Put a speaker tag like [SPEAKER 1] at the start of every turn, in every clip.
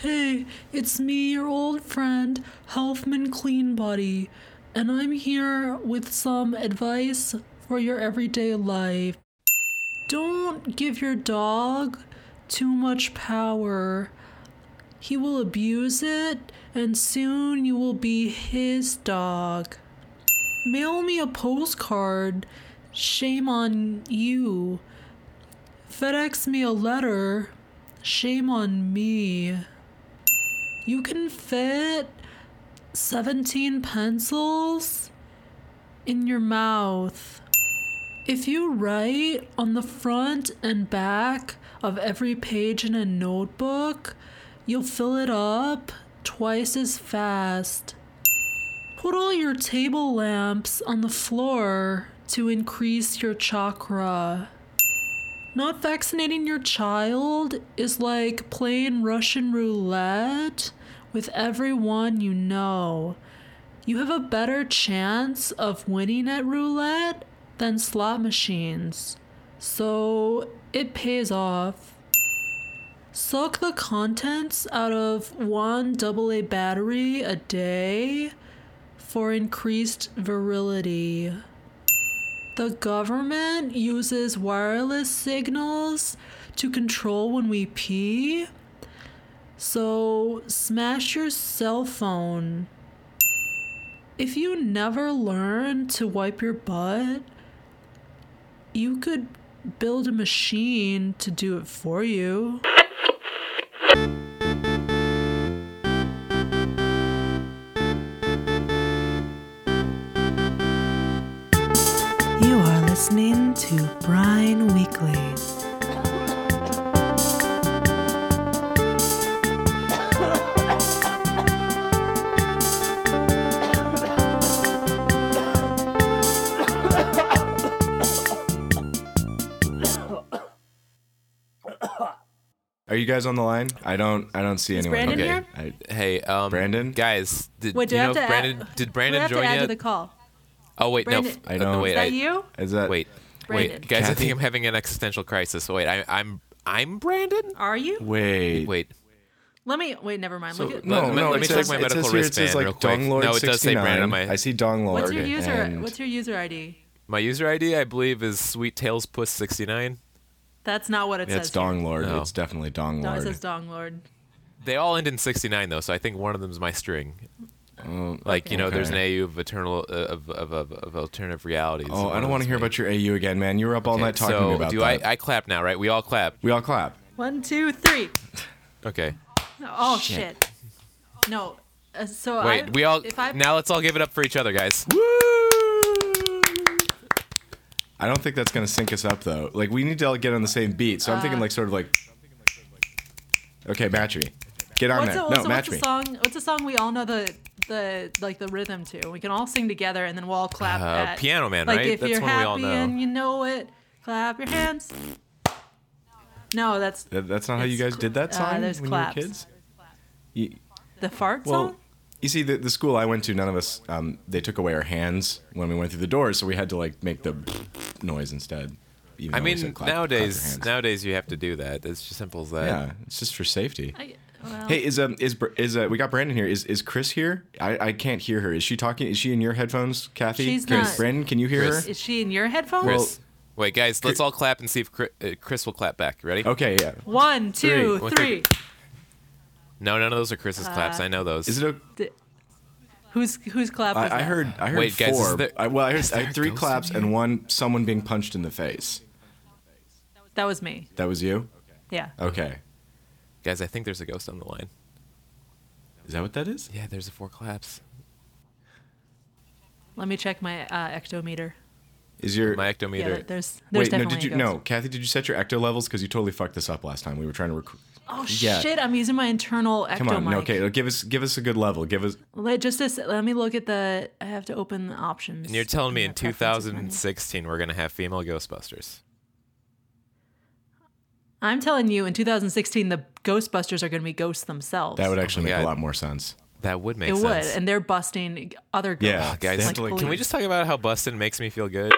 [SPEAKER 1] Hey, it's me, your old friend, Healthman Cleanbody, and I'm here with some advice for your everyday life. Don't give your dog too much power. He will abuse it, and soon you will be his dog. Mail me a postcard. Shame on you. FedEx me a letter. Shame on me. You can fit 17 pencils in your mouth. If you write on the front and back of every page in a notebook, you'll fill it up twice as fast. Put all your table lamps on the floor to increase your chakra. Not vaccinating your child is like playing Russian roulette with everyone you know. You have a better chance of winning at roulette than slot machines. So it pays off. Suck the contents out of one AA battery a day for increased virility. The government uses wireless signals to control when we pee. So smash your cell phone. If you never learn to wipe your butt, you could build a machine to do it for you. You are listening to Brian Weekly.
[SPEAKER 2] Are you guys on the line? I don't. I don't see anyone.
[SPEAKER 1] Brandon
[SPEAKER 2] okay.
[SPEAKER 1] here?
[SPEAKER 2] I,
[SPEAKER 3] Hey, um,
[SPEAKER 2] Brandon?
[SPEAKER 3] guys, did
[SPEAKER 1] Wait, do
[SPEAKER 3] you
[SPEAKER 1] I
[SPEAKER 3] know
[SPEAKER 1] have
[SPEAKER 3] if
[SPEAKER 1] to add-
[SPEAKER 3] Brandon? did Brandon
[SPEAKER 1] we have
[SPEAKER 3] join
[SPEAKER 1] to add
[SPEAKER 3] yet?
[SPEAKER 1] to the call.
[SPEAKER 3] oh wait, no,
[SPEAKER 1] Brandon-
[SPEAKER 3] I
[SPEAKER 2] I
[SPEAKER 3] don't. No,
[SPEAKER 2] don't-
[SPEAKER 3] wait,
[SPEAKER 1] Is that
[SPEAKER 3] I,
[SPEAKER 1] you?
[SPEAKER 2] is that
[SPEAKER 3] Wait,
[SPEAKER 1] Brandon.
[SPEAKER 3] wait, guys, I
[SPEAKER 2] Kathy?
[SPEAKER 3] think I'm having an existential crisis. Wait, I, I'm, I'm Brandon.
[SPEAKER 1] Are you?
[SPEAKER 2] Wait.
[SPEAKER 3] Wait,
[SPEAKER 1] Let me wait. Never mind. Look at,
[SPEAKER 2] No,
[SPEAKER 3] Let-
[SPEAKER 2] no.
[SPEAKER 3] let
[SPEAKER 2] it
[SPEAKER 3] me check
[SPEAKER 2] says,
[SPEAKER 3] my
[SPEAKER 2] it says
[SPEAKER 3] medical
[SPEAKER 2] here, it says
[SPEAKER 3] wristband
[SPEAKER 2] like
[SPEAKER 3] real quick.
[SPEAKER 2] Dong Lord
[SPEAKER 3] No, it does say
[SPEAKER 2] 69.
[SPEAKER 3] Brandon on my-
[SPEAKER 2] I see Dong Lord.
[SPEAKER 1] what's your user?
[SPEAKER 2] and-
[SPEAKER 1] What's your user ID?
[SPEAKER 3] my user ID, I believe, is Sweet Tails Puss 69.
[SPEAKER 1] That's not what it
[SPEAKER 2] It's
[SPEAKER 1] says.
[SPEAKER 2] Dong Lord.
[SPEAKER 3] No.
[SPEAKER 2] It's definitely Dong
[SPEAKER 1] No,
[SPEAKER 2] Lord.
[SPEAKER 1] it says Dong Lord.
[SPEAKER 3] They all end in 69 though, so I think one of them's my string. like you know, there's an
[SPEAKER 2] Oh, okay.
[SPEAKER 3] AU of eternal uh, of, of of of alternative realities.
[SPEAKER 2] oh, I don't want to hear about your AU again, man. You were up all night talking
[SPEAKER 3] so
[SPEAKER 2] about
[SPEAKER 3] do
[SPEAKER 2] that.
[SPEAKER 3] I? I clap now, right? We all clap.
[SPEAKER 2] we all clap.
[SPEAKER 1] One, two, three.
[SPEAKER 3] Okay.
[SPEAKER 1] Oh shit. No. Uh, so
[SPEAKER 3] Wait,
[SPEAKER 1] I,
[SPEAKER 3] we all
[SPEAKER 1] If I
[SPEAKER 3] now let's all give it up for each other, guys.
[SPEAKER 2] Woo! I don't think that's gonna sync us up though. Like we need to all get on the same beat. So I'm
[SPEAKER 1] Uh,
[SPEAKER 2] thinking like sort of like. Okay, match me. Get on
[SPEAKER 1] what's,
[SPEAKER 2] there.
[SPEAKER 1] a,
[SPEAKER 2] no,
[SPEAKER 1] what's, a, what's
[SPEAKER 2] match
[SPEAKER 1] a
[SPEAKER 2] me.
[SPEAKER 1] song? What's a song we all know the the like the rhythm to? We can all sing together and then we'll all clap.
[SPEAKER 3] Uh,
[SPEAKER 1] at,
[SPEAKER 3] Piano Man,
[SPEAKER 1] like
[SPEAKER 3] right?
[SPEAKER 1] if
[SPEAKER 3] That's
[SPEAKER 1] you're
[SPEAKER 3] one
[SPEAKER 1] happy
[SPEAKER 3] we all know.
[SPEAKER 1] and you know it, clap your hands. No, that's
[SPEAKER 2] That- that's not how you
[SPEAKER 1] It's
[SPEAKER 2] guys
[SPEAKER 1] cl-
[SPEAKER 2] did that
[SPEAKER 1] uh,
[SPEAKER 2] song
[SPEAKER 1] there's
[SPEAKER 2] when
[SPEAKER 1] claps.
[SPEAKER 2] you were kids. You-
[SPEAKER 1] the fart
[SPEAKER 2] Well,
[SPEAKER 1] song.
[SPEAKER 2] you see, the, the school I went to, none of us, um, they took away our hands when we went through the doors, so we had to like make the noise instead. even
[SPEAKER 3] I
[SPEAKER 2] though we
[SPEAKER 3] mean,
[SPEAKER 2] said clap- clap your
[SPEAKER 3] nowadays
[SPEAKER 2] hands.
[SPEAKER 3] nowadays you have to do that. It's just simple as that.
[SPEAKER 2] yeah, it's just for safety.
[SPEAKER 1] I, well,
[SPEAKER 2] Hey, is um is Br- is uh, we got Brandon here? Is is Chris here? I, I can't hear her. Is she talking? Is she in your headphones, Kathy?
[SPEAKER 1] She's
[SPEAKER 2] Chris,
[SPEAKER 1] not.
[SPEAKER 2] Brandon, can you hear
[SPEAKER 3] Chris.
[SPEAKER 2] her?
[SPEAKER 1] is she in your headphones?
[SPEAKER 3] Chris, wait, guys, let's all clap and see if Chris, uh, Chris will clap back. You Ready?
[SPEAKER 2] Okay, yeah.
[SPEAKER 1] One, two,
[SPEAKER 3] Three.
[SPEAKER 1] three.
[SPEAKER 3] No, none of those are Chris's
[SPEAKER 1] Uh,
[SPEAKER 3] claps. I know those.
[SPEAKER 2] Is it? A,
[SPEAKER 1] D- Who's whose clap was
[SPEAKER 2] I, I
[SPEAKER 1] that?
[SPEAKER 2] heard. I heard
[SPEAKER 3] Wait,
[SPEAKER 2] four.
[SPEAKER 3] guys, is there-
[SPEAKER 2] I, well, I heard
[SPEAKER 3] is
[SPEAKER 2] I
[SPEAKER 3] there a
[SPEAKER 2] had three
[SPEAKER 3] ghost in
[SPEAKER 2] claps and one someone being punched in the face.
[SPEAKER 1] That was me.
[SPEAKER 2] That was you.
[SPEAKER 1] Yeah.
[SPEAKER 2] Okay,
[SPEAKER 3] guys, I think there's a ghost on the line.
[SPEAKER 2] is that what that is?
[SPEAKER 3] Yeah, there's a four claps.
[SPEAKER 1] Let me check my uh, ectometer.
[SPEAKER 2] Is your
[SPEAKER 3] My ectometer.
[SPEAKER 1] Yeah, there's there's
[SPEAKER 2] Wait, no,
[SPEAKER 1] definitely
[SPEAKER 2] did you
[SPEAKER 1] a ghost.
[SPEAKER 2] no, Kathy? Did you set your ecto levels? Because you totally fucked this up last time. We were trying to rec-
[SPEAKER 1] Oh
[SPEAKER 2] Yeah.
[SPEAKER 1] shit! I'm using my internal ecto
[SPEAKER 2] Come on,
[SPEAKER 1] mic.
[SPEAKER 2] no, okay, give us give us a good level. Give us
[SPEAKER 1] Let just this. Let me look at the. I have to open the options.
[SPEAKER 3] And you're telling me
[SPEAKER 1] my
[SPEAKER 3] in
[SPEAKER 1] preferences menu.
[SPEAKER 3] 2016 we're gonna have female Ghostbusters?
[SPEAKER 1] I'm telling you, in 2016, the Ghostbusters are going to be ghosts themselves.
[SPEAKER 2] that would actually make
[SPEAKER 3] God.
[SPEAKER 2] a lot more sense.
[SPEAKER 3] That would make
[SPEAKER 1] It
[SPEAKER 3] sense.
[SPEAKER 1] would, and they're busting other ghosts.
[SPEAKER 2] Yeah,
[SPEAKER 3] guys,
[SPEAKER 2] they have
[SPEAKER 1] like,
[SPEAKER 2] to, like,
[SPEAKER 3] Can we just talk about how Bustin makes me feel good?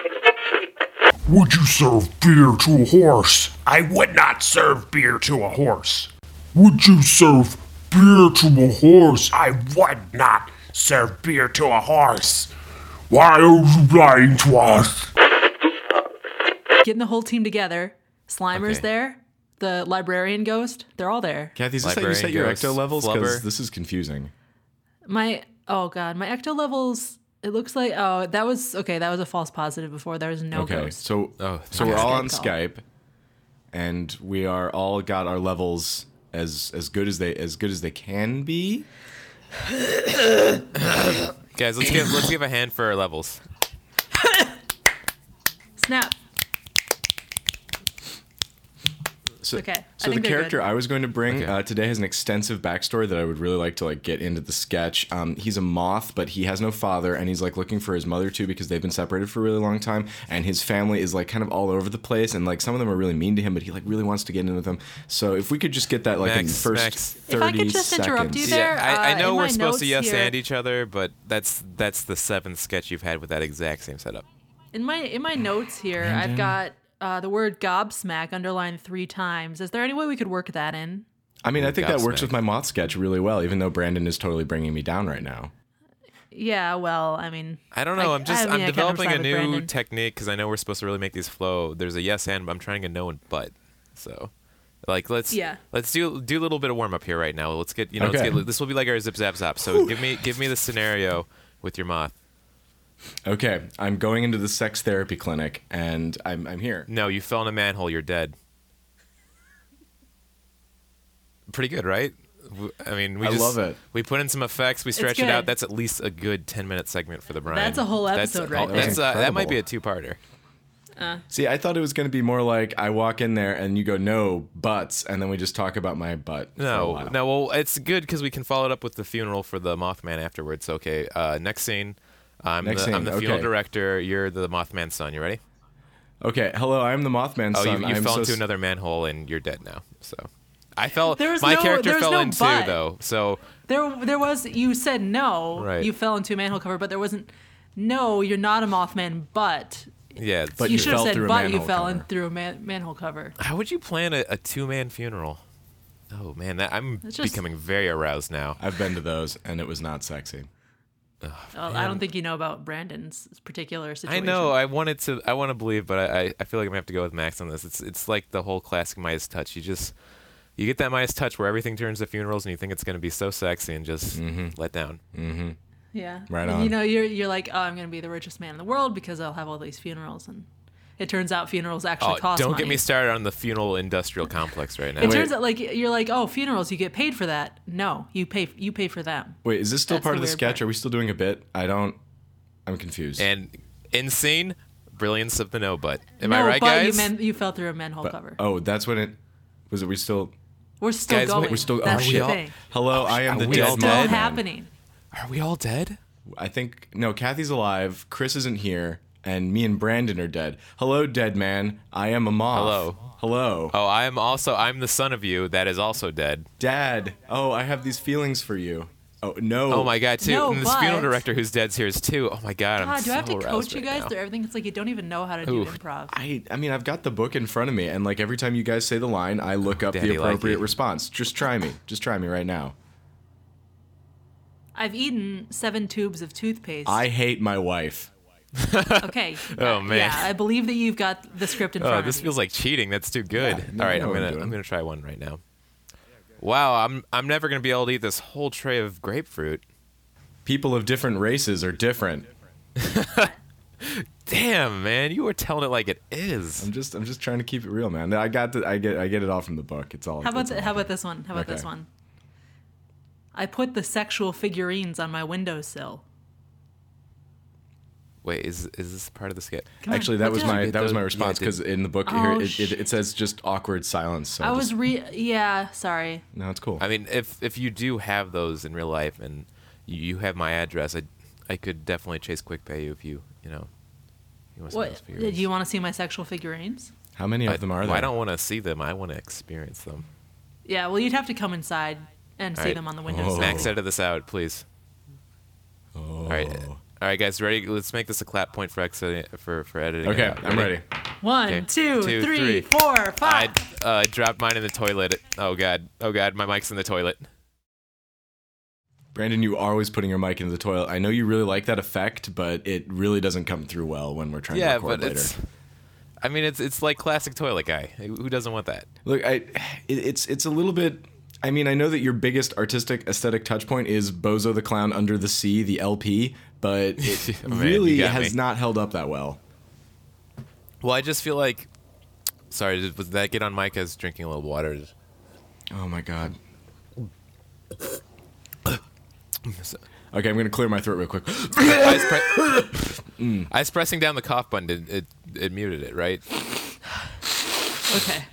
[SPEAKER 4] Would you serve beer to a horse? I would not serve beer to a horse. Would you serve beer to a horse.
[SPEAKER 5] I would not serve beer to a horse.
[SPEAKER 4] Why are you lying to us?
[SPEAKER 1] Getting the whole team together. Slimer's
[SPEAKER 3] Okay.
[SPEAKER 1] there. The librarian ghost. They're all there.
[SPEAKER 2] Kathy, is this how you
[SPEAKER 3] Librarian
[SPEAKER 2] set your
[SPEAKER 3] ghosts,
[SPEAKER 2] ecto levels?
[SPEAKER 3] flubber.
[SPEAKER 2] Because this is confusing.
[SPEAKER 1] My oh god, my ecto levels. It looks like oh that was okay. That was a false positive before. There was no
[SPEAKER 2] Okay,
[SPEAKER 1] ghost.
[SPEAKER 2] so
[SPEAKER 3] Oh,
[SPEAKER 2] so we're all on
[SPEAKER 1] Skype call.
[SPEAKER 2] Skype, and we are all got our levels as as good as they as good as they can be.
[SPEAKER 3] Guys, let's give let's give a hand for our levels.
[SPEAKER 1] Snap.
[SPEAKER 2] So,
[SPEAKER 1] Okay,
[SPEAKER 2] So
[SPEAKER 1] I think
[SPEAKER 2] the
[SPEAKER 1] they're
[SPEAKER 2] character
[SPEAKER 1] good.
[SPEAKER 2] I was going to bring
[SPEAKER 3] Okay.
[SPEAKER 2] uh, today has an extensive backstory that I would really like to like get into the sketch. Um, he's a moth, but he has no father, and he's like looking for his mother too because they've been separated for a really long time. And his family is like kind of all over the place, and like some of them are really mean to him, but he like really wants to get in with them. So if we could just get that like in the
[SPEAKER 3] Max,
[SPEAKER 2] first
[SPEAKER 3] Max.
[SPEAKER 1] If
[SPEAKER 2] thirty
[SPEAKER 1] I could just
[SPEAKER 2] seconds.
[SPEAKER 1] interrupt you there,
[SPEAKER 3] Yeah, I, I
[SPEAKER 1] uh,
[SPEAKER 3] know
[SPEAKER 1] in
[SPEAKER 3] we're
[SPEAKER 1] my
[SPEAKER 3] supposed to
[SPEAKER 1] notes
[SPEAKER 3] yes
[SPEAKER 1] here-
[SPEAKER 3] and each other, but that's that's the seventh sketch you've had with that exact same setup.
[SPEAKER 1] In my in my notes here, I've got uh, the word gobsmack underlined three times. Is there any way we could work that in?
[SPEAKER 2] I mean, I think that works
[SPEAKER 3] gobsmacked.
[SPEAKER 2] with my moth sketch really well, even though Brandon is totally bringing me down right now.
[SPEAKER 1] Yeah, well, I mean,
[SPEAKER 3] I don't know.
[SPEAKER 1] I-
[SPEAKER 3] I, am
[SPEAKER 1] I
[SPEAKER 3] just
[SPEAKER 1] mean,
[SPEAKER 3] I
[SPEAKER 1] I
[SPEAKER 3] am
[SPEAKER 1] kind of
[SPEAKER 3] developing a
[SPEAKER 1] sided
[SPEAKER 3] new
[SPEAKER 1] Brandon.
[SPEAKER 3] technique because I know we're supposed to really make these flow. There's a yes and, but I'm trying a no and but. So, like let's
[SPEAKER 1] Yeah.
[SPEAKER 3] let's do do a little bit of warm up here right now. Let's get you know
[SPEAKER 2] Okay.
[SPEAKER 3] let's get, this will be like our zip zap zap. So give me give me the scenario with your moth.
[SPEAKER 2] Okay, I'm going into the sex therapy clinic, and I'm I'm here.
[SPEAKER 3] No, you fell in a manhole. You're dead. Pretty good, right? W- I mean, we
[SPEAKER 2] I
[SPEAKER 3] just,
[SPEAKER 2] love it.
[SPEAKER 3] We put in some effects. We stretch it out.
[SPEAKER 1] good.
[SPEAKER 3] That's at least a good ten minute segment for the Brian.
[SPEAKER 1] That's a whole
[SPEAKER 3] That's-
[SPEAKER 1] episode right
[SPEAKER 3] that's,
[SPEAKER 2] there.
[SPEAKER 3] uh, that might be a
[SPEAKER 2] Incredible.
[SPEAKER 3] two parter.
[SPEAKER 2] See, I thought it was going to be more like I walk in there and you go no butts, and then we just talk about my butt. for a
[SPEAKER 3] No,
[SPEAKER 2] while.
[SPEAKER 3] no. Well, it's good because we can follow it up with the funeral for the Mothman afterwards. Okay. Uh, next scene. I'm
[SPEAKER 2] Next
[SPEAKER 3] the, I'm
[SPEAKER 2] scene,
[SPEAKER 3] the funeral
[SPEAKER 2] okay.
[SPEAKER 3] director. You're the Mothman's son. You ready?
[SPEAKER 2] Okay, hello, I'm the Mothman.
[SPEAKER 3] Oh,
[SPEAKER 2] son.
[SPEAKER 3] you, you
[SPEAKER 2] I'm
[SPEAKER 3] fell
[SPEAKER 2] so
[SPEAKER 3] into
[SPEAKER 2] s-
[SPEAKER 3] another manhole and you're dead now. So, I fell.
[SPEAKER 1] There was
[SPEAKER 3] my
[SPEAKER 1] no- there
[SPEAKER 3] character
[SPEAKER 1] was
[SPEAKER 3] fell
[SPEAKER 1] no
[SPEAKER 3] into
[SPEAKER 1] but.
[SPEAKER 3] though. So
[SPEAKER 1] there there was you said no,
[SPEAKER 3] Right.
[SPEAKER 1] you fell into a manhole cover, but there wasn't. No, you're not a Mothman, but
[SPEAKER 3] yeah.
[SPEAKER 2] But
[SPEAKER 1] you
[SPEAKER 2] you
[SPEAKER 1] should have
[SPEAKER 2] fell
[SPEAKER 1] said
[SPEAKER 2] through a
[SPEAKER 1] but you
[SPEAKER 2] manhole
[SPEAKER 1] fell in
[SPEAKER 2] cover.
[SPEAKER 1] through a man, manhole cover.
[SPEAKER 3] How would you plan a, a two man funeral? Oh man, that I'm
[SPEAKER 1] That's just-
[SPEAKER 3] becoming very aroused now.
[SPEAKER 2] I've been to those, and it was not sexy.
[SPEAKER 1] Well, I don't think you know about Brandon's particular
[SPEAKER 3] I
[SPEAKER 1] situation.
[SPEAKER 3] know. I wanted to. I want to believe, but I, I, I feel like I'm gonna have to go with Max on this. It's it's like the whole classic Midas touch. You just you get that Midas touch where everything turns to funerals, and you think it's gonna be so sexy, and just
[SPEAKER 1] Mm-hmm.
[SPEAKER 3] let down.
[SPEAKER 1] Yeah.
[SPEAKER 2] Right
[SPEAKER 1] And,
[SPEAKER 2] on.
[SPEAKER 1] You know, you're you're like, oh, I'm gonna be the richest man in the world because I'll have all these funerals, and it turns out funerals actually
[SPEAKER 3] Oh,
[SPEAKER 1] cost
[SPEAKER 3] don't get
[SPEAKER 1] money.
[SPEAKER 3] me started on the funeral industrial complex right now.
[SPEAKER 1] It turns out like you're like, oh, funerals, you get paid for that. No, you pay you pay for them.
[SPEAKER 2] Wait, is this still
[SPEAKER 1] That's
[SPEAKER 2] part
[SPEAKER 1] the
[SPEAKER 2] of the
[SPEAKER 1] weird
[SPEAKER 2] sketch?
[SPEAKER 1] part.
[SPEAKER 2] Are we still doing a bit? I don't. I'm confused.
[SPEAKER 3] and insane brilliance of the no but. Am
[SPEAKER 1] no,
[SPEAKER 3] I right,
[SPEAKER 1] but
[SPEAKER 3] guys? uh,
[SPEAKER 1] you men, you fell through a manhole cover.
[SPEAKER 2] oh, that's when it was. It we still.
[SPEAKER 1] we're still
[SPEAKER 3] guys, wait,
[SPEAKER 1] going.
[SPEAKER 3] we're
[SPEAKER 2] still- oh,
[SPEAKER 1] That's
[SPEAKER 2] shit.
[SPEAKER 1] the
[SPEAKER 2] Are we all-
[SPEAKER 1] thing.
[SPEAKER 2] Hello, I am the
[SPEAKER 3] Oh, we
[SPEAKER 2] dead
[SPEAKER 3] all
[SPEAKER 1] Still
[SPEAKER 3] dead?
[SPEAKER 2] Mothman.
[SPEAKER 1] happening.
[SPEAKER 3] Are we all dead?
[SPEAKER 2] I think no. Kathy's alive. Chris isn't here, and me and Brandon are dead. Hello, dead man. I am a moth.
[SPEAKER 3] Hello.
[SPEAKER 2] Hello.
[SPEAKER 3] Oh, I'm also I'm the son of you that is also dead.
[SPEAKER 2] Dad. Oh, I have these feelings for you. Oh no.
[SPEAKER 3] Oh my god, too.
[SPEAKER 1] No,
[SPEAKER 3] and this
[SPEAKER 1] but-
[SPEAKER 3] funeral director who's dead's here is too. Oh my god, I'm
[SPEAKER 1] God, do I have
[SPEAKER 3] so
[SPEAKER 1] to
[SPEAKER 3] aroused
[SPEAKER 1] coach you
[SPEAKER 3] right
[SPEAKER 1] guys
[SPEAKER 3] now.
[SPEAKER 1] through everything? It's like you don't even know how to do
[SPEAKER 3] Oof.
[SPEAKER 1] improv.
[SPEAKER 2] I, I mean, I've got the book in front of me, and like every time you guys say the line, I look up
[SPEAKER 3] Daddy
[SPEAKER 2] the appropriate
[SPEAKER 3] likey.
[SPEAKER 2] response. Just try me. Just try me right now.
[SPEAKER 1] I've eaten seven tubes of toothpaste.
[SPEAKER 2] I hate my wife.
[SPEAKER 1] okay.
[SPEAKER 3] Oh, man.
[SPEAKER 1] Yeah, I believe that you've got the script in
[SPEAKER 3] Oh,
[SPEAKER 1] front
[SPEAKER 3] this
[SPEAKER 1] of you.
[SPEAKER 3] feels like cheating. That's too good.
[SPEAKER 2] Yeah, no,
[SPEAKER 3] All right,
[SPEAKER 2] no,
[SPEAKER 3] I'm
[SPEAKER 2] I'm
[SPEAKER 3] gonna I'm,
[SPEAKER 2] doing it.
[SPEAKER 3] gonna try one right now. Wow, I'm I'm never gonna be able to eat this whole tray of grapefruit.
[SPEAKER 2] People of different races are different.
[SPEAKER 3] Damn, man, you were telling it like it is.
[SPEAKER 2] I'm just, I'm just trying to keep it real, man. I got, the, I get, I get it all from the book. It's all.
[SPEAKER 1] How about
[SPEAKER 2] it's
[SPEAKER 1] th-
[SPEAKER 2] all
[SPEAKER 1] how about this one? How about this
[SPEAKER 2] Okay.
[SPEAKER 1] one? I put the sexual figurines on my windowsill.
[SPEAKER 3] Wait, is is this part of the skit?
[SPEAKER 1] on,
[SPEAKER 2] Actually, that
[SPEAKER 1] let's
[SPEAKER 2] was
[SPEAKER 1] do it.
[SPEAKER 2] my
[SPEAKER 3] did
[SPEAKER 2] that was
[SPEAKER 3] the-
[SPEAKER 2] my
[SPEAKER 3] yeah,
[SPEAKER 2] response
[SPEAKER 3] did-
[SPEAKER 2] because in the book
[SPEAKER 1] Oh,
[SPEAKER 2] here it, it,
[SPEAKER 1] shit.
[SPEAKER 2] it says just awkward silence. So
[SPEAKER 1] I
[SPEAKER 2] just-
[SPEAKER 1] was re yeah, sorry.
[SPEAKER 2] no, it's cool.
[SPEAKER 3] I mean, if if you do have those in real life and you, you have my address, I I could definitely chase quick pay you if you you know. You want some of those
[SPEAKER 1] What do
[SPEAKER 3] figures.
[SPEAKER 1] you want to see my sexual figurines?
[SPEAKER 2] How many of them are
[SPEAKER 3] Well,
[SPEAKER 2] there?
[SPEAKER 3] I don't want to see them. I want to experience them.
[SPEAKER 1] Yeah, well you'd have to come inside and see
[SPEAKER 3] right.
[SPEAKER 1] them on the windowsill.
[SPEAKER 2] Oh.
[SPEAKER 3] Max, edit this out, please. All right,
[SPEAKER 2] Oh.
[SPEAKER 3] all right, guys, ready? Let's make this a clap point for ex- for for editing. it
[SPEAKER 2] Okay,
[SPEAKER 3] out.
[SPEAKER 2] I'm ready.
[SPEAKER 1] One,
[SPEAKER 3] Okay.
[SPEAKER 1] two,
[SPEAKER 3] Two,
[SPEAKER 1] three,
[SPEAKER 3] three.
[SPEAKER 1] four,
[SPEAKER 3] I
[SPEAKER 1] five.
[SPEAKER 3] uh, dropped mine in the toilet. Oh god, oh god, my mic's in the toilet.
[SPEAKER 2] Brandon, you are always putting your mic into the toilet. I know you really like that effect, but it really doesn't come through well when we're trying to
[SPEAKER 3] Yeah,
[SPEAKER 2] record
[SPEAKER 3] but
[SPEAKER 2] later.
[SPEAKER 3] it's. I mean, it's it's like classic toilet guy. Who doesn't want that?
[SPEAKER 2] Look, I, it, it's it's a little bit. I mean, I know that your biggest artistic aesthetic touch point is Bozo the Clown Under the Sea, the LP, but it
[SPEAKER 3] Oh, man, you
[SPEAKER 2] really
[SPEAKER 3] got
[SPEAKER 2] has
[SPEAKER 3] me.
[SPEAKER 2] not held up that well.
[SPEAKER 3] Well, I just feel like. Sorry, did, was that get on mic? I was drinking a little water.
[SPEAKER 2] Oh my god.
[SPEAKER 3] So-
[SPEAKER 2] Okay, I'm gonna clear my throat real quick.
[SPEAKER 3] I was, pre- I was pressing down the cough button. It, it it muted it, right?
[SPEAKER 6] Okay.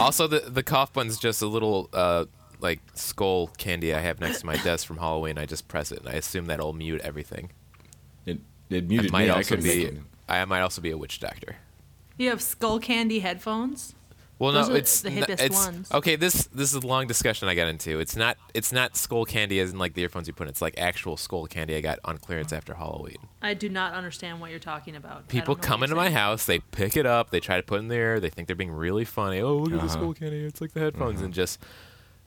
[SPEAKER 3] Also, the the cough button's just a little uh like skull candy I have next to my desk from Halloween. I just press it, and I assume that'll mute everything.
[SPEAKER 2] It, it muted
[SPEAKER 3] Might
[SPEAKER 2] me. I
[SPEAKER 3] also
[SPEAKER 2] couldn't make
[SPEAKER 3] be
[SPEAKER 2] it.
[SPEAKER 3] I might also be a witch doctor.
[SPEAKER 1] You have skull candy headphones.
[SPEAKER 3] Well,
[SPEAKER 1] Those
[SPEAKER 3] no,
[SPEAKER 1] are
[SPEAKER 3] it's
[SPEAKER 1] the
[SPEAKER 3] n-
[SPEAKER 1] hippest
[SPEAKER 3] it's-
[SPEAKER 1] ones.
[SPEAKER 3] Okay, this this is a long discussion I got into. It's not it's not skull candy as in like the earphones you put. in. It's like actual skull candy I got on clearance after Halloween.
[SPEAKER 1] I do not understand what you're talking about.
[SPEAKER 3] People come into my house, they pick it up, they try to put it in there, they think they're being really funny. Oh, look
[SPEAKER 2] Uh-huh.
[SPEAKER 3] at the skull candy! It's like the headphones, and just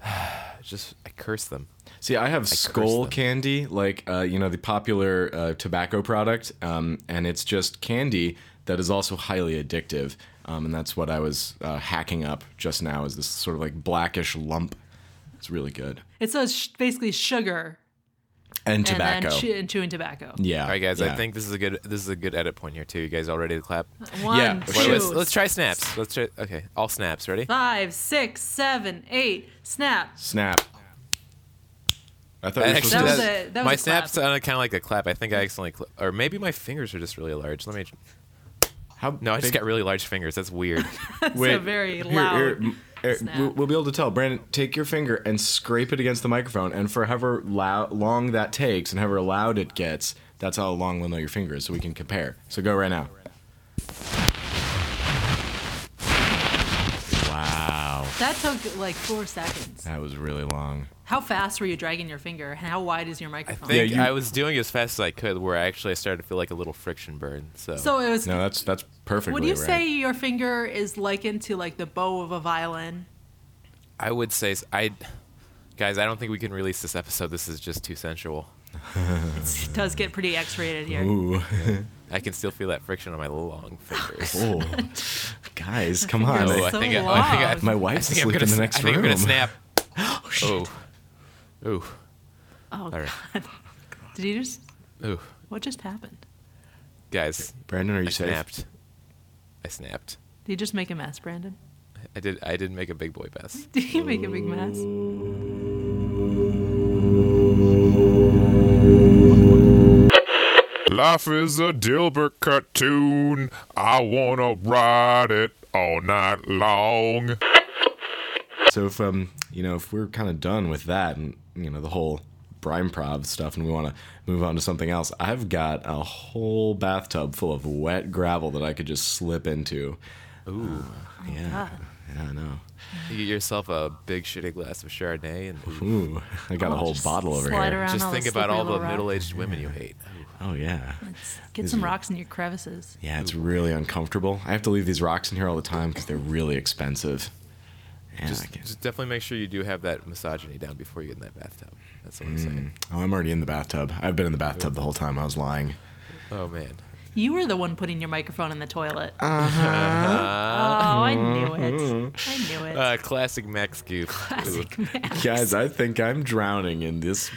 [SPEAKER 3] just I curse them.
[SPEAKER 2] See, I have skull
[SPEAKER 3] them.
[SPEAKER 2] candy, like uh, you know the popular uh, tobacco product, um, and it's just candy that is also highly addictive, um, and that's what I was uh, hacking up just now. Is this sort of like blackish lump? It's really good
[SPEAKER 1] It's a sh- basically sugar
[SPEAKER 2] and
[SPEAKER 1] and
[SPEAKER 2] tobacco.
[SPEAKER 1] then che- and chewing tobacco.
[SPEAKER 2] yeah.
[SPEAKER 3] All right, guys,
[SPEAKER 2] yeah.
[SPEAKER 3] I think this is a good this is a good edit point here too. You guys all ready to clap?
[SPEAKER 1] One,
[SPEAKER 2] Yeah,
[SPEAKER 1] two,
[SPEAKER 3] Wait, let's, let's try snaps. Let's try. Okay, all snaps. Ready?
[SPEAKER 1] five, six, seven, eight. Snap.
[SPEAKER 2] snap. I thought we
[SPEAKER 3] That
[SPEAKER 2] were
[SPEAKER 3] actually-
[SPEAKER 1] That
[SPEAKER 2] supposed
[SPEAKER 1] was
[SPEAKER 2] to.
[SPEAKER 1] a- that was
[SPEAKER 3] my
[SPEAKER 1] a clap.
[SPEAKER 3] snaps sounded kind of like a clap. I think I accidentally, cl- or maybe my fingers are just really large. Let me.
[SPEAKER 2] How
[SPEAKER 3] No, I just
[SPEAKER 2] big-
[SPEAKER 3] got really large fingers. That's weird.
[SPEAKER 2] Wait,
[SPEAKER 1] a very
[SPEAKER 2] here,
[SPEAKER 1] loud
[SPEAKER 2] here, m- here,
[SPEAKER 1] snap.
[SPEAKER 2] we'll, we'll be able to tell. Brandon, take your finger and scrape it against the microphone, and for however lou- long that takes and however loud it gets, that's how long we'll know your finger is, so we can compare. So go right now. Wow,
[SPEAKER 1] That took like four seconds.
[SPEAKER 2] that was really long.
[SPEAKER 1] How fast were you dragging your finger? And how wide is your microphone?
[SPEAKER 3] I think
[SPEAKER 2] you-
[SPEAKER 3] I was doing as fast as I could, where I actually started to feel like a little friction burn. So,
[SPEAKER 1] so it was.
[SPEAKER 2] No, that's that's perfectly.
[SPEAKER 1] would you
[SPEAKER 2] right.
[SPEAKER 1] say your finger is likened to like the bow of a violin?
[SPEAKER 3] I would say s- I, guys, I don't think we can release this episode. This is just too sensual.
[SPEAKER 1] It does get pretty X-rated here.
[SPEAKER 2] Ooh,
[SPEAKER 3] I can still feel that friction on my long fingers.
[SPEAKER 2] oh, guys, come on!
[SPEAKER 1] Fingers
[SPEAKER 3] Oh, I
[SPEAKER 1] so
[SPEAKER 3] think I- oh,
[SPEAKER 1] long.
[SPEAKER 3] I think I-
[SPEAKER 2] My wife's
[SPEAKER 3] I think I'm
[SPEAKER 2] asleep
[SPEAKER 3] gonna
[SPEAKER 2] in the
[SPEAKER 3] s-
[SPEAKER 2] next
[SPEAKER 3] I think I'm gonna
[SPEAKER 2] room.
[SPEAKER 3] snap. Oh, ooh,
[SPEAKER 1] oh
[SPEAKER 3] right.
[SPEAKER 1] God! Did you just?
[SPEAKER 3] ooh,
[SPEAKER 1] What just happened?
[SPEAKER 3] guys,
[SPEAKER 2] Brandon, are you
[SPEAKER 3] I
[SPEAKER 2] safe?
[SPEAKER 3] snapped. I snapped.
[SPEAKER 1] Did you just make a mess, Brandon?
[SPEAKER 3] I did. I did make a big boy mess.
[SPEAKER 1] Did you make a big mess?
[SPEAKER 4] Life is a Dilbert cartoon. I wanna ride it all night long.
[SPEAKER 2] So if um you know if we're kind of done with that and you know the whole Brimprov stuff and we want to move on to something else, I've got a whole bathtub full of wet gravel that I could just slip into.
[SPEAKER 1] Oh,
[SPEAKER 2] Ooh, yeah, yeah, I know.
[SPEAKER 3] You get yourself a big shitty glass of Chardonnay and
[SPEAKER 2] Ooh, I got a whole
[SPEAKER 1] Oh, just
[SPEAKER 2] bottle over
[SPEAKER 1] slide
[SPEAKER 2] here.
[SPEAKER 1] around.
[SPEAKER 3] just
[SPEAKER 1] all
[SPEAKER 3] think
[SPEAKER 1] the
[SPEAKER 3] about
[SPEAKER 1] slippery
[SPEAKER 3] all the
[SPEAKER 1] little rock.
[SPEAKER 3] middle-aged women you hate.
[SPEAKER 2] Oh yeah,
[SPEAKER 1] Get some rocks in your crevices.
[SPEAKER 2] yeah, it's really uncomfortable. I have to leave these rocks in here all the time because they're really expensive. Yeah, I
[SPEAKER 3] Just,
[SPEAKER 2] guess.
[SPEAKER 3] just definitely make sure you do have that misogyny down before you get in that bathtub. That's what I'm saying.
[SPEAKER 2] oh, I'm already in the bathtub. I've been in the bathtub the whole time. I was lying.
[SPEAKER 3] Oh man.
[SPEAKER 1] You were the one putting your microphone in the toilet. Uh-huh. Oh, I knew it. I knew it.
[SPEAKER 3] Uh, classic Max goof.
[SPEAKER 1] Classic Max.
[SPEAKER 2] Guys, I think I'm drowning in this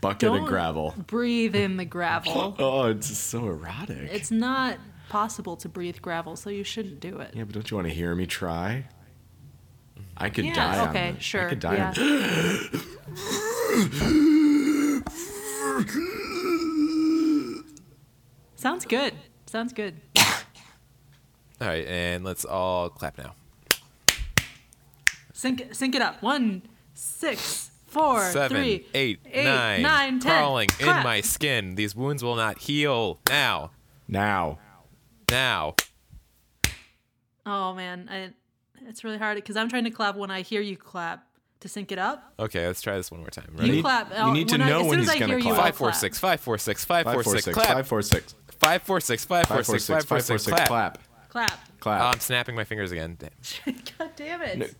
[SPEAKER 2] bucket
[SPEAKER 1] Don't-
[SPEAKER 2] of gravel.
[SPEAKER 1] Breathe in the gravel.
[SPEAKER 2] Oh, it's just so erotic.
[SPEAKER 1] It's not possible to breathe gravel, so you shouldn't do it.
[SPEAKER 2] yeah, but don't you want to hear me try? I could
[SPEAKER 1] Yeah,
[SPEAKER 2] die. on
[SPEAKER 1] okay,
[SPEAKER 2] the-
[SPEAKER 1] sure.
[SPEAKER 2] I could die.
[SPEAKER 1] yeah.
[SPEAKER 2] on the-
[SPEAKER 1] Sounds good. Sounds good.
[SPEAKER 3] All right, and let's all clap now.
[SPEAKER 1] Sync, sync it up. One, six, four, three.
[SPEAKER 3] Seven, eight,
[SPEAKER 1] eight,
[SPEAKER 3] nine.
[SPEAKER 1] nine, ten.
[SPEAKER 3] Crawling in
[SPEAKER 1] Clap.
[SPEAKER 3] my skin. These wounds will not heal. Now,
[SPEAKER 2] Now,
[SPEAKER 3] now.
[SPEAKER 1] Oh man, I, it's really hard because I'm trying to clap when I hear you clap to sync it up.
[SPEAKER 3] Okay, let's try this one more time.
[SPEAKER 1] You
[SPEAKER 3] Ready?
[SPEAKER 1] clap.
[SPEAKER 2] you
[SPEAKER 1] I'll-
[SPEAKER 2] need to know
[SPEAKER 1] I, as
[SPEAKER 2] when
[SPEAKER 1] soon
[SPEAKER 2] he's
[SPEAKER 1] as I
[SPEAKER 2] gonna
[SPEAKER 1] hear you, I'll
[SPEAKER 2] clap.
[SPEAKER 3] Five four six five four six five
[SPEAKER 2] five,
[SPEAKER 3] four
[SPEAKER 2] four,
[SPEAKER 3] six
[SPEAKER 2] six,
[SPEAKER 3] clap
[SPEAKER 2] five, four, six,
[SPEAKER 3] five four six five four
[SPEAKER 2] five, four,
[SPEAKER 3] six Um,
[SPEAKER 2] six,
[SPEAKER 3] five four
[SPEAKER 2] five, four,
[SPEAKER 3] six
[SPEAKER 2] six,
[SPEAKER 3] clap.
[SPEAKER 2] clap,
[SPEAKER 1] Clap.
[SPEAKER 2] clap.
[SPEAKER 3] Oh, I'm snapping my fingers again. Damn.
[SPEAKER 1] God damn it.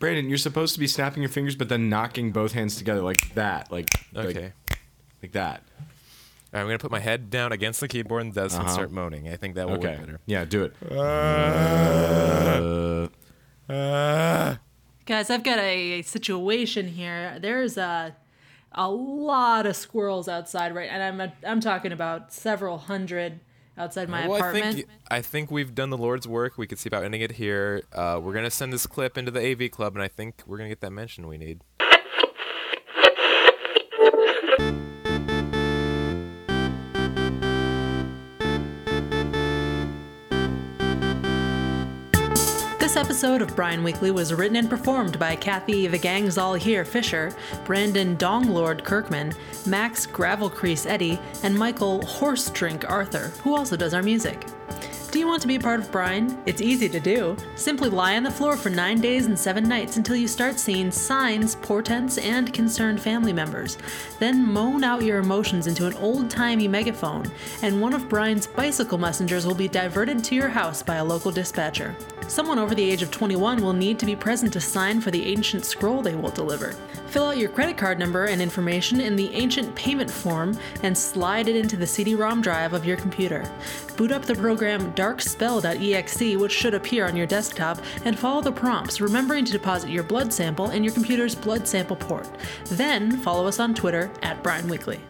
[SPEAKER 2] Brandon, you're supposed to be snapping your fingers, but then knocking both hands together like that, like like-
[SPEAKER 3] Okay.
[SPEAKER 2] like that.
[SPEAKER 3] All right, I'm gonna put my head down against the keyboard and Desmond start moaning. I think that will
[SPEAKER 2] Uh-huh. Okay.
[SPEAKER 3] work better.
[SPEAKER 2] Yeah, do it.
[SPEAKER 1] Guys, I've got a, a situation here. There's a a lot of squirrels outside right and I'm I'm talking about several hundred outside my
[SPEAKER 3] well,
[SPEAKER 1] apartment.
[SPEAKER 3] I think I think we've done the Lord's work. We could see about ending it here. Uh, we're gonna send this clip into the AV club, and I think we're gonna get that mention we need.
[SPEAKER 1] This episode of Brian Weekly was written and performed by Kathy The Gang's All Here Fisher, Brandon Donglord Kirkman, Max Gravel Crease Eddy, and Michael Horse Drink Arthur, who also does our music. Do you want to be a part of Brian? It's easy to do. Simply lie on the floor for nine days and seven nights until you start seeing signs, portents, and concerned family members. Then moan out your emotions into an old timey megaphone, and one of Brian's bicycle messengers will be diverted to your house by a local dispatcher. Someone over the age of 21 will need to be present to sign for the ancient scroll they will deliver. Fill out your credit card number and information in the ancient payment form and slide it into the CD ROM drive of your computer. Boot up the program darkspell.exe, which should appear on your desktop, and follow the prompts, remembering to deposit your blood sample in your computer's blood sample port. Then follow us on Twitter at Brian Weekly.